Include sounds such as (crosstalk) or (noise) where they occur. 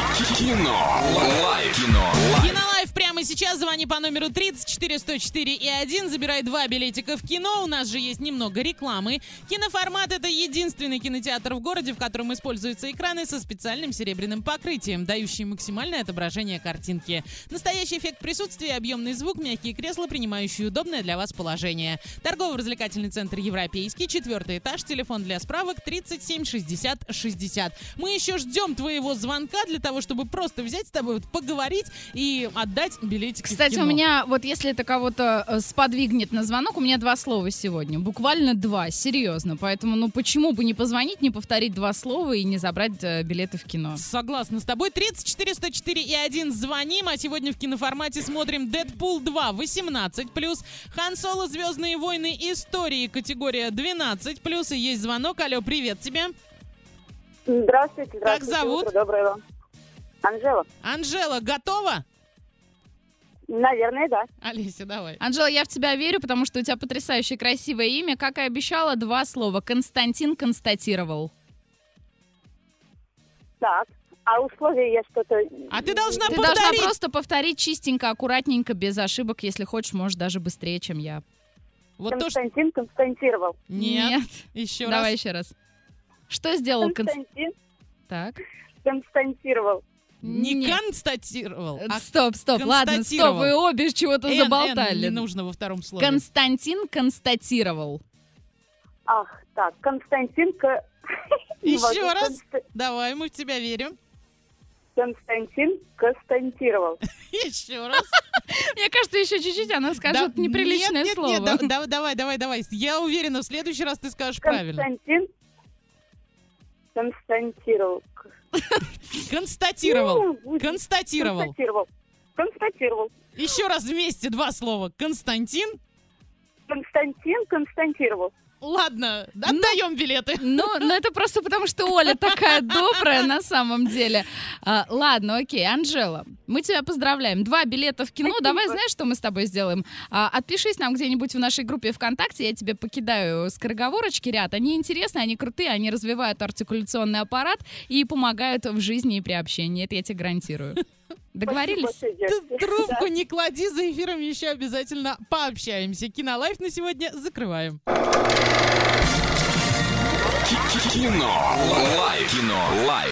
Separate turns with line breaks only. Кино. Лайф. Кино. Лайф.
Кинолайф прямо сейчас. Звони по номеру 34 104 и 1. Забирай два билетика в кино. У нас же есть немного рекламы. Киноформат — это единственный кинотеатр в городе, в котором используются экраны со специальным серебряным покрытием, дающие максимальное отображение картинки. Настоящий эффект присутствия, объемный звук, мягкие кресла, принимающие удобное для вас положение. Торгово-развлекательный центр «Европейский», четвертый этаж, телефон для справок 37 60 60. Мы еще ждем твоего звонка для того, чтобы просто взять с тобой, вот, поговорить и отдать билетик в
Кстати,
кино.
у меня, вот если это кого-то э, сподвигнет на звонок, у меня два слова сегодня. Буквально два, серьезно. Поэтому, ну почему бы не позвонить, не повторить два слова и не забрать э, билеты в кино?
Согласна с тобой. 34 104 и 1 звоним, а сегодня в киноформате смотрим Дэдпул 2 18+, плюс, Хан Соло Звездные войны истории категория 12+, плюс, и есть звонок. Алло, привет тебе.
Здравствуйте, здравствуйте.
Как зовут?
Утро доброго. Анжела.
Анжела, готова?
Наверное, да.
Олеся, давай.
Анжела, я в тебя верю, потому что у тебя потрясающе красивое имя. Как и обещала, два слова. Константин констатировал.
Так. А условия я что-то...
А ты должна
Ты
повторить.
должна просто повторить чистенько, аккуратненько, без ошибок. Если хочешь, можешь даже быстрее, чем я.
Вот то, что...
Константин константировал.
Нет, еще
Давай
раз.
еще раз. Что сделал Константин?
Константин
Так.
константировал.
Не
Нет.
констатировал, а
Стоп, стоп, ладно, стоп,
констатировал.
вы обе чего-то
«Н», «Н»
заболтали.
не нужно во втором слове.
Константин констатировал.
Ах, так, Константин... ко- Не
Еще
могу.
раз.
Конст-
Давай, мы в тебя верим. (laughs)
Константин константировал.
Еще раз.
Мне кажется, еще чуть-чуть она скажет
Да- нет,
неприличное
нет,
слово.
Нет, да- да- давай, давай, давай. Я уверена, в следующий раз ты скажешь правильно.
Константин константировал.
Констатировал.
Ну, будет.
Констатировал.
Констатировал. Констатировал.
Еще раз вместе два слова. Константин.
Константин константировал.
Ладно, отдаем билеты.
Ну, ну это просто потому, что Оля такая добрая на самом деле. А, ладно, окей, Анжела, мы тебя поздравляем. Два билета в кино.
Спасибо.
Давай, знаешь, что мы с тобой сделаем? А, отпишись нам где-нибудь в нашей группе ВКонтакте, я тебе покидаю скороговорочки ряд. Они интересные, они крутые, они развивают артикуляционный аппарат и помогают в жизни и при общении. Это я тебе гарантирую. Договорились?
Спасибо большое,
Ты
девочки. Да.
трубку не клади, за эфиром еще обязательно пообщаемся. Кинолайф на сегодня закрываем.
Кино. Лайф. Кино. Лайф.